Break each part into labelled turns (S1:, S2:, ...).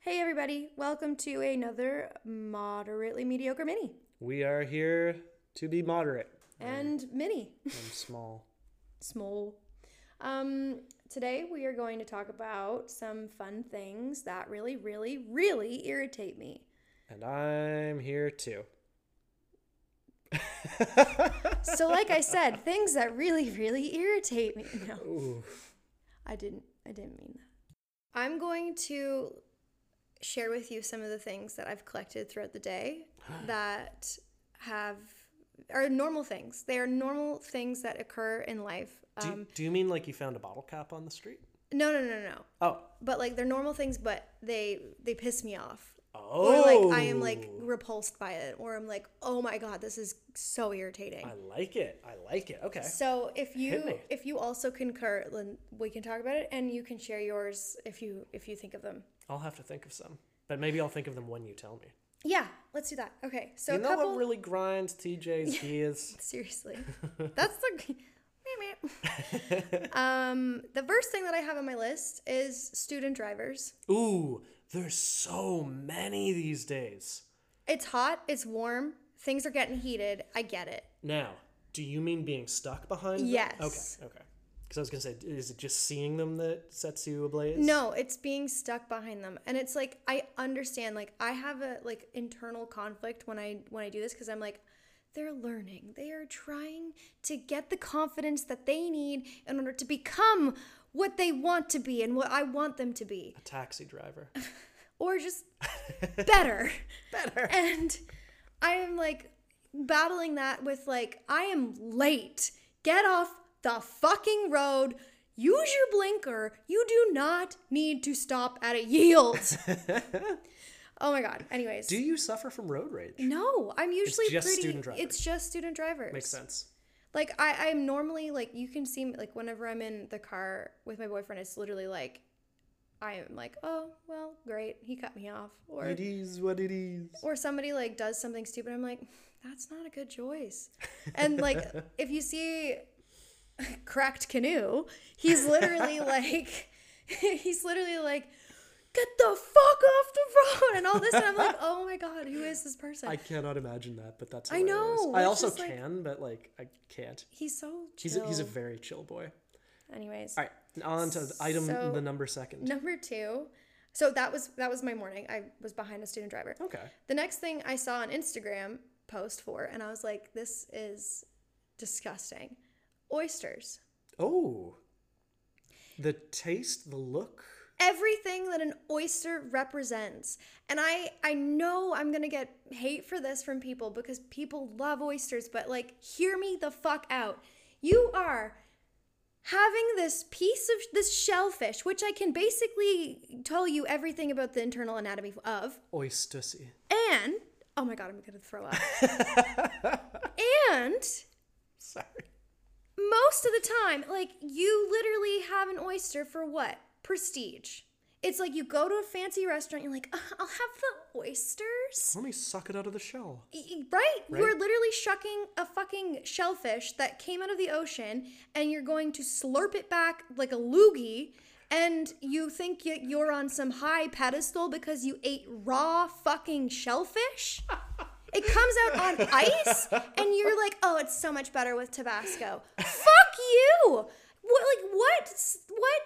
S1: Hey, everybody, welcome to another moderately mediocre mini
S2: We are here to be moderate
S1: and mini
S2: and small.
S1: small. Um, today, we are going to talk about some fun things that really, really, really irritate me.
S2: And I'm here too.
S1: So, like I said, things that really, really irritate me. No.
S2: Ooh.
S1: I didn't I didn't mean that. I'm going to share with you some of the things that I've collected throughout the day that have are normal things. They are normal things that occur in life.
S2: Do,
S1: Um,
S2: do you mean like you found a bottle cap on the street?
S1: no, no, no, no.
S2: Oh.
S1: But like they're normal things, but they they piss me off.
S2: Oh.
S1: Or like I am like repulsed by it, or I'm like, oh my god, this is so irritating.
S2: I like it. I like it. Okay.
S1: So if you
S2: me.
S1: if you also concur, then we can talk about it, and you can share yours if you if you think of them.
S2: I'll have to think of some. But maybe I'll think of them when you tell me.
S1: Yeah, let's do that. Okay, so
S2: you
S1: a
S2: know
S1: couple.
S2: what really grinds TJ's gears?
S1: seriously, that's the. Meh, meh. um, the first thing that I have on my list is student drivers.
S2: Ooh, there's so many these days.
S1: It's hot. It's warm. Things are getting heated. I get it.
S2: Now, do you mean being stuck behind? them?
S1: Yes.
S2: Okay. Okay. Because I was gonna say, is it just seeing them that sets you ablaze?
S1: No, it's being stuck behind them. And it's like I understand like I have a like internal conflict when I when I do this cuz I'm like they're learning. They are trying to get the confidence that they need in order to become what they want to be and what I want them to be
S2: A taxi driver.
S1: or just better. better. And I am like battling that with like, I am late. Get off the fucking road. Use your blinker. You do not need to stop at a yield. oh my god. Anyways.
S2: Do you suffer from road rage?
S1: no, I'm usually
S2: just
S1: pretty.
S2: student drivers.
S1: It's just student drivers.
S2: Makes sense.
S1: Like I, I'm normally like you can see me like whenever I'm in the car with my boyfriend, it's literally like, I am like, oh well, great, he cut me off, or
S2: It is what it is.
S1: or somebody like does something stupid i'm like that's not a good choice and like if you see cracked canoe he's literally like he's literally like get the fuck off the road and all this and i'm like oh my god who is this person
S2: I cannot imagine that, but that's.
S1: I
S2: hilarious.
S1: know,
S2: I
S1: it's
S2: also
S1: just like-
S2: can, but like I can't.
S1: he's so chill
S2: He's a, he's a very chill boy.
S1: anyways
S2: All right, on to the item
S1: So-
S2: the number second.
S1: number two so that was that was my morning i was behind a student driver
S2: Okay.
S1: The next thing I saw an Instagram post for, and I was like, this is disgusting. Oysters.
S2: Oh. The taste, the look.
S1: Everything that an oyster represents. And I I know I'm going to get hate for this from people because people love oysters, but like hear me the fuck out. You are having this piece of this shellfish, which I can basically tell you everything about the internal anatomy of,
S2: Oystussy.
S1: and oh my god, I'm going to throw up. and
S2: Sorry.
S1: most of the time, like you literally have an oyster for what? Prestige. It's like you go to a fancy restaurant, you're like, "Uh, I'll have the oysters.
S2: Let me suck it out of the shell.
S1: Y- y- Right? You're
S2: Right.
S1: literally shucking a fucking shellfish that came out of the ocean and you're going to slurp it back like a loogie and you think y- you're on some high pedestal because you ate raw fucking shellfish? It comes out on ice, and you're like, "Oh, it's so much better with Tabasco." Fuck you! What, like, what, what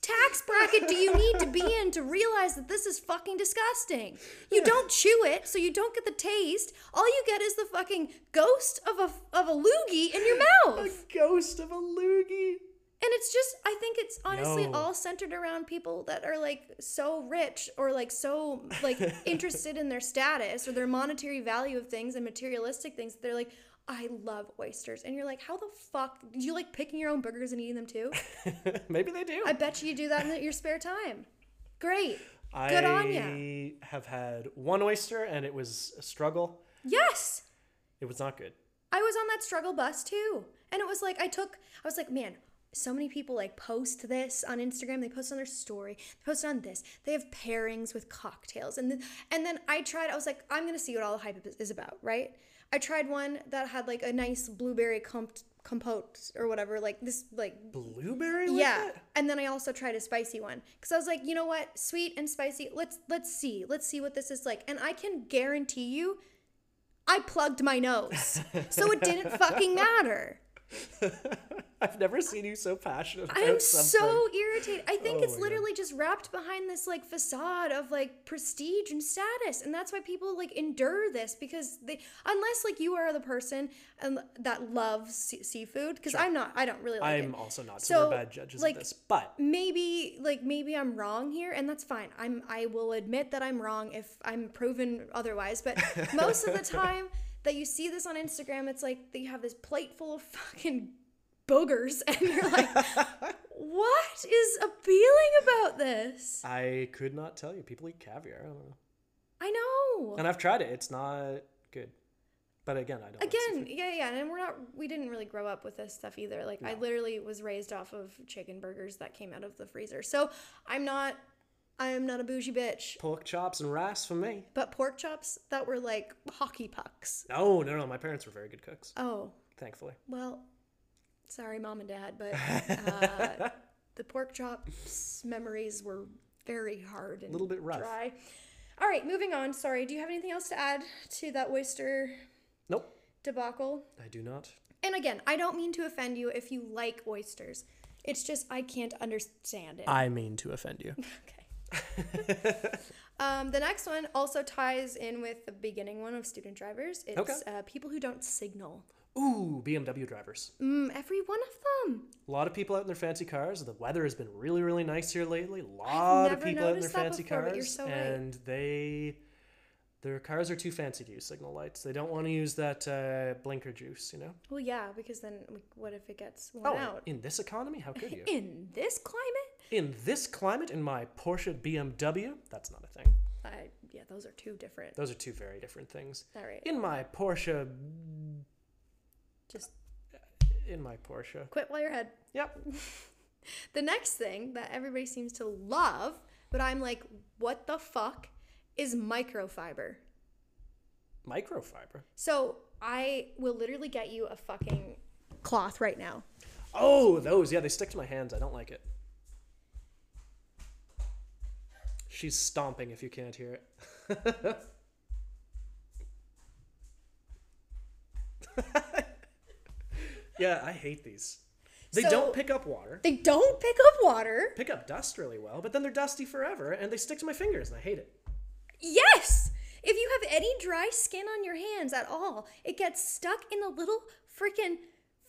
S1: tax bracket do you need to be in to realize that this is fucking disgusting? You don't chew it, so you don't get the taste. All you get is the fucking ghost of a of a loogie in your mouth,
S2: A
S1: and
S2: ghost of a loogie.
S1: it's just. I think it's honestly
S2: No.
S1: all centered around people that are like so rich or like so like interested in their status or their monetary value of things and materialistic things. They're like. I love oysters. And you're like, how the fuck? Do you like picking your own burgers and eating them too?
S2: Maybe they do.
S1: I bet you do that in your spare time. Great.
S2: I
S1: Uh, Good on ya.
S2: have had one oyster and it was a struggle.
S1: Yes.
S2: It was not good.
S1: I was on that struggle bus too. And it was like I took I was like, man, so many people like post this on Instagram, they post on their story, they post on this. They have pairings with cocktails. And then and then I tried, I was like, I'm gonna see what all the hype is about, right? I tried one that had like a nice blueberry comp- compote or whatever, like this, like
S2: Blueberry? With
S1: yeah.
S2: It?
S1: And then I also tried a spicy one because I was like, you know what, sweet and spicy. Let's let's see, let's see what this is like. And I can guarantee you, I plugged my nose, so it didn't fucking matter.
S2: I've never seen you so passionate about
S1: I am
S2: something.
S1: so irritated. I think
S2: Oh
S1: it's
S2: my God.
S1: literally just wrapped behind this like facade of like prestige and status, and that's why people like endure this because they, unless like you are the person and that loves sea- seafood, because I'm not. I don't really like it.
S2: I'm also not so,
S1: So,
S2: we're bad judges
S1: like,
S2: of this, but
S1: maybe like maybe i'm wrong here and that's fine i'm i will admit that i'm wrong if i'm proven otherwise but most of the time that you see this on instagram it's like they have this plate full of fucking boogers and you're like what is appealing about this
S2: I could not tell you. People eat caviar. I don't know.
S1: i know
S2: And I've tried it. It's not good. But again, I don't. like
S1: again
S2: seafood.
S1: yeah yeah and we're not we didn't really grow up with this stuff either like i literally was raised off of chicken burgers that came out of the freezer so i'm not i'm not a bougie bitch
S2: pork chops and rice for me.
S1: but pork chops that were like hockey pucks.
S2: No, no, no. My parents were very good cooks,
S1: Oh,
S2: thankfully.
S1: well, sorry, mom and dad, but uh, the pork chops memories were very hard and
S2: Little bit rough.
S1: dry. All right, moving on. Sorry, do you have anything else to add to that oyster
S2: Nope,
S1: debacle?
S2: I do not.
S1: And again, I don't mean to offend you if you like oysters. It's just I can't understand it.
S2: I mean to offend you.
S1: Okay. um, the next one also ties in with the beginning one of student drivers. It's
S2: Okay.
S1: uh, people who don't signal.
S2: Ooh, BMW drivers.
S1: Mm, every one of them.
S2: A lot of people out in their fancy cars. The weather has been really, really nice here lately. A
S1: I've
S2: lot of
S1: never
S2: people out in their
S1: noticed that
S2: fancy
S1: before, but
S2: cars,
S1: you're so right.
S2: and they, their cars are too fancy to use signal lights. They don't want to use that uh, blinker juice, you know. Oh,
S1: Well, yeah, because then we- what if it gets worn out?
S2: in this economy, how could you?
S1: In this climate?
S2: in this climate, in my Porsche BMW, that's not a thing.
S1: I, yeah, those are two different.
S2: Those are two very different things.
S1: All right.
S2: In my Porsche,
S1: Just
S2: in my Porsche.
S1: quit while you're ahead.
S2: Yep.
S1: The next thing that everybody seems to love, but I'm like, what the fuck, is microfiber.
S2: Microfiber.
S1: So I will literally get you a fucking cloth right now.
S2: Oh, those. Yeah, they stick to my hands. I don't like it. She's stomping if you can't hear it. yeah, I hate these. They
S1: So-
S2: don't pick up water.
S1: They don't pick up water.
S2: Pick up dust really well, but then they're dusty forever and they stick to my fingers and I hate it.
S1: Yes! If you have any dry skin on your hands at all, it gets stuck in the little freaking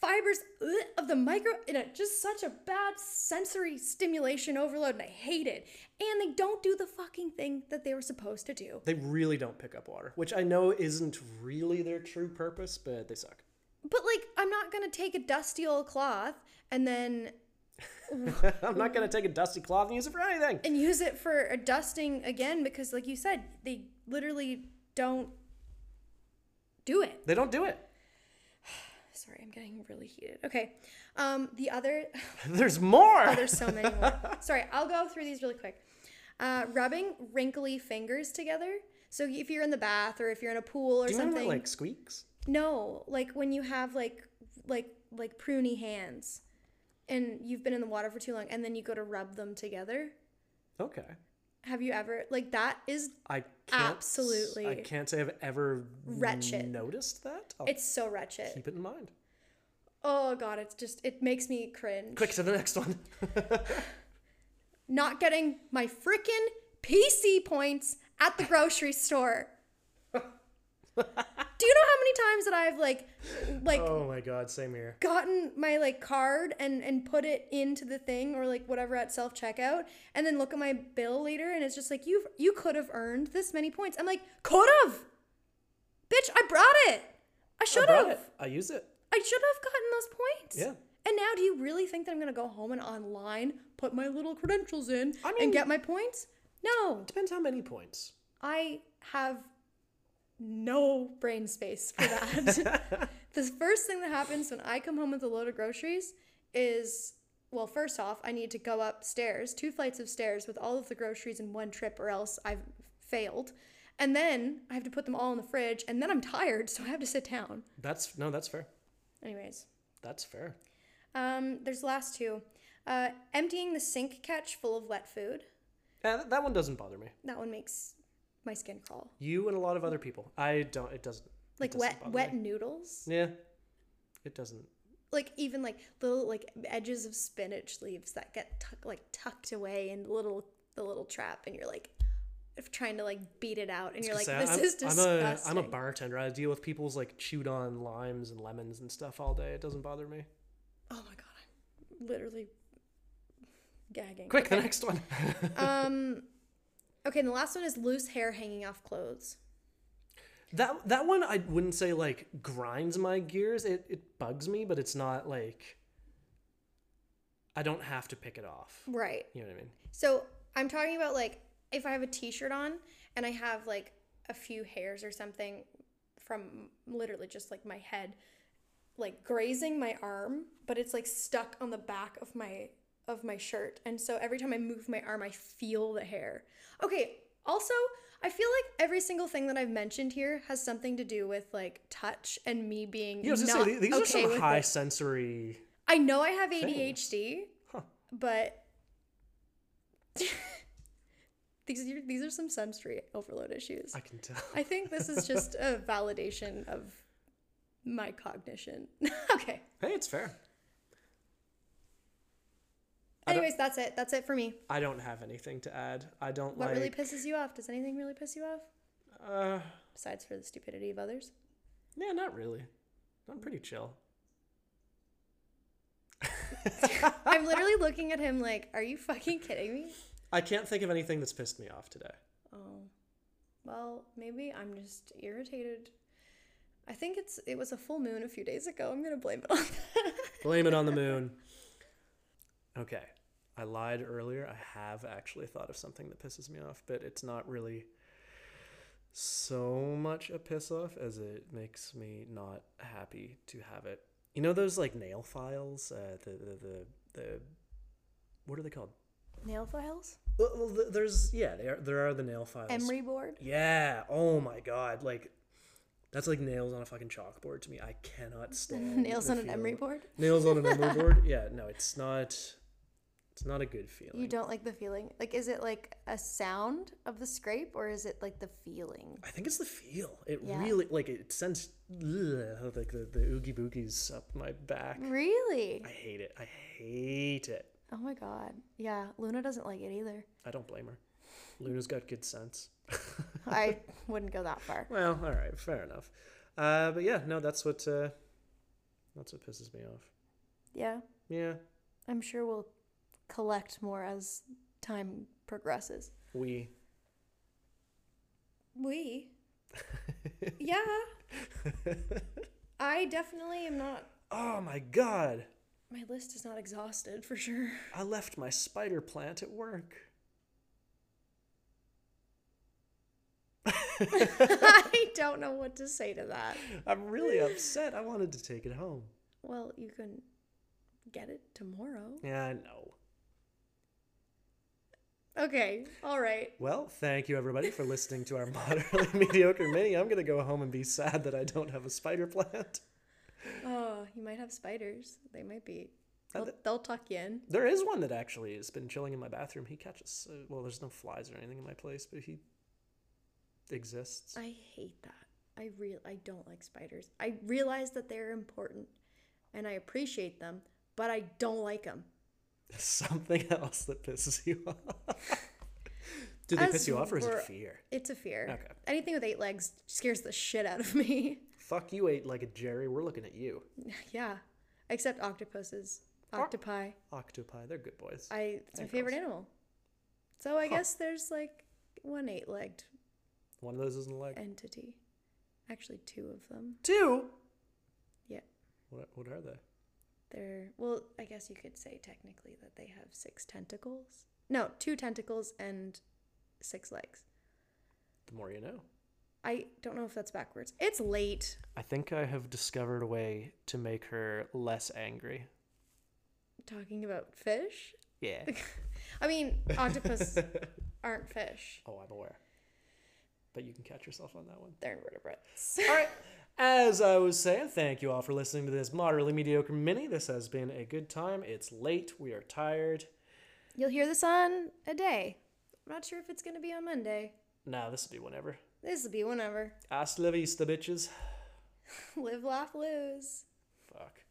S1: fibers ugh, of the micro. And it just such a bad sensory stimulation overload, and I hate it. And they don't do the fucking thing that they were supposed to do.
S2: They really don't pick up water, which I know isn't really their true purpose, but they suck.
S1: But like, I'm not gonna take a dusty old cloth and then
S2: I'm not going to take a dusty cloth and use it for anything.
S1: and use it for a dusting again because, like you said, they literally don't do it.
S2: They don't do it.
S1: Sorry, I'm getting really heated. Okay. Um, the other
S2: There's more.
S1: Oh, there's so many more. Sorry, I'll go through these really quick. Uh, rubbing wrinkly fingers together. So if you're in the bath or if you're in a pool or
S2: Do you know
S1: something.
S2: what, like squeaks?
S1: no, like when you have like like like pruny hands, and you've been in the water for too long, and then you go to rub them together.
S2: Okay.
S1: Have you ever like that? Is
S2: I can't,
S1: Absolutely.
S2: I can't say I've ever
S1: Wretched.
S2: noticed that. I'll
S1: it's so wretched.
S2: Oh, keep it in mind.
S1: Oh god, it's just it makes me cringe.
S2: Quick to the next one.
S1: Not getting my frickin' PC points at the grocery store. Do you know how many times that I've like like
S2: oh my god, same here.
S1: gotten my like card and and put it into the thing or like whatever at self checkout and then look at my bill later and it's just like you have you could have earned this many points. I'm like, could have. Bitch, I brought it. I should
S2: brought
S1: have.
S2: it. I use it.
S1: I should have gotten those points.
S2: Yeah.
S1: And now do you really think that I'm going to go home and online put my little credentials in
S2: I mean-
S1: and get my points? No.
S2: Depends how many points.
S1: I have no brain space for that. the first thing that happens when I come home with a load of groceries is well, first off, I need to go upstairs, two flights of stairs with all of the groceries in one trip, or else I've failed. And then I have to put them all in the fridge, and then I'm tired, so I have to sit down.
S2: That's no, that's fair.
S1: Anyways,
S2: That's fair.
S1: Um, there's the last two. Uh, emptying the sink catch full of wet food.
S2: Yeah, Eh, th- that one doesn't bother me.
S1: That one makes my skin crawl.
S2: You and a lot of other people. I don't. It doesn't. it
S1: Like
S2: doesn't
S1: wet
S2: bother
S1: wet
S2: me.
S1: noodles.
S2: Yeah. It doesn't.
S1: Like even like little like edges of spinach leaves that get tuck like tucked away in little the little trap, and you're like if trying to like beat it out, and you're like
S2: It's 'cause
S1: this
S2: I- I'm,
S1: is
S2: I'm
S1: disgusting.
S2: a, I'm a bartender. I deal with people's like chewed on limes and lemons and stuff all day. It doesn't bother me.
S1: oh my god, I'm literally gagging.
S2: Quick, the
S1: Okay.
S2: next one.
S1: um, okay, and the last one is loose hair hanging off clothes.
S2: that that one I wouldn't say like grinds my gears. It it bugs me, but it's not like I don't have to pick it off.
S1: Right.
S2: You know what I mean?
S1: So I'm talking about like if I have a t-shirt on and I have like a few hairs or something from literally just like my head like grazing my arm, but it's like stuck on the back of my of my shirt. And so every time I move my arm, I feel the hair. Okay, also, I feel like every single thing that I've mentioned here has something to do with like touch and me being
S2: Yeah, I was gonna
S1: not
S2: say, the- these
S1: okay
S2: are some
S1: with
S2: high
S1: it.
S2: sensory.
S1: I know I have ADHD,
S2: Huh.
S1: but these are these are some sensory overload issues.
S2: I can tell.
S1: I think this is just a validation of my cognition. okay.
S2: Hey, it's fair. I don't-
S1: Anyways, that's it. That's it for me.
S2: I don't have anything to add. I don't
S1: What
S2: like.
S1: really pisses you off? Does anything really piss you off
S2: uh,
S1: besides for the stupidity of others?
S2: yeah, not really. I'm pretty chill.
S1: I'm literally looking at him like, "Are you fucking kidding me?"
S2: I can't think of anything that's pissed me off today.
S1: Oh. Well, maybe I'm just irritated. I think it's it was a full moon a few days ago. I'm gonna blame it on that.
S2: Blame it on the moon. Okay. I lied earlier. I have actually thought of something that pisses me off, but it's not really so much a piss off as it makes me not happy to have it. You know those like nail files? Uh, the, the, the, the, what are they called?
S1: Nail files?
S2: Well, well, th- there's, yeah, there are, there are the nail files.
S1: Emery board?
S2: Yeah. Oh my God. Like, that's like nails on a fucking chalkboard to me. I cannot stand
S1: Nails
S2: the
S1: on an emery
S2: feeling-
S1: board?
S2: nails on a number board yeah no it's not it's not a good feeling
S1: You don't like the feeling? Like, is it like a sound of the scrape or is it like the feeling?
S2: i think it's the feel it
S1: Yeah.
S2: really like it sends ugh, like the, the oogie boogies up my back
S1: Really?
S2: i hate it i hate it
S1: Oh my god. Yeah, Luna doesn't like it either.
S2: i don't blame her luna's got good sense
S1: I wouldn't go that far.
S2: well all right fair enough uh but yeah no that's what uh that's what pisses me off
S1: Yeah,
S2: yeah
S1: I'm sure we'll collect more as time progresses.
S2: we
S1: We? yeah. I definitely am not.
S2: oh my god
S1: My list is not exhausted for sure.
S2: i left my spider plant at work
S1: I don't know what to say to that.
S2: i'm really upset i wanted to take it home
S1: Well, you can get it tomorrow.
S2: Yeah, I know.
S1: Okay, all right.
S2: Well, thank you everybody for listening to our moderately mediocre mini. I'm gonna go home and be sad that I don't have a spider plant.
S1: Oh, you might have spiders. They might be.
S2: Uh,
S1: They'll, they'll tuck you in.
S2: There is one that actually has been chilling in my bathroom. He catches. Uh, well, there's no flies or anything in my place, but he exists.
S1: I hate that. I real I don't like spiders. I realize that they're important, and I appreciate them, but I don't like them.
S2: Something else that pisses you off. Do they
S1: As
S2: piss you off or is it
S1: we're-
S2: fear?
S1: It's a fear.
S2: Okay.
S1: Anything with eight legs scares the shit out of me.
S2: Fuck you, ate like a Jerry. We're looking at you.
S1: yeah, except octopuses,
S2: Or-
S1: octopi.
S2: Octopi, they're good boys.
S1: I it's my
S2: And
S1: favorite
S2: girls.
S1: animal. So I
S2: Huh.
S1: guess there's like one eight-legged
S2: One of those isn't a leg.
S1: entity. Actually, two of them.
S2: Two.
S1: Yeah.
S2: What? What are they?
S1: They're well, I guess you could say technically that they have six tentacles. No, two tentacles and six legs.
S2: The more you know.
S1: I don't know if that's backwards. It's late.
S2: I think I have discovered a way to make her less angry.
S1: Talking about fish.
S2: Yeah.
S1: I mean, octopus aren't fish.
S2: oh, I'm aware. but you can catch yourself on that one.
S1: They're invertebrates.
S2: All right. As I was saying, thank you all for listening to this moderately mediocre mini. This has been a good time. It's late. We are tired.
S1: You'll hear this on a day. I'm not sure if it's going to be on Monday.
S2: Now this will be whenever.
S1: This will be whenever.
S2: Hasta la vista, bitches.
S1: Live, laugh, lose.
S2: Fuck.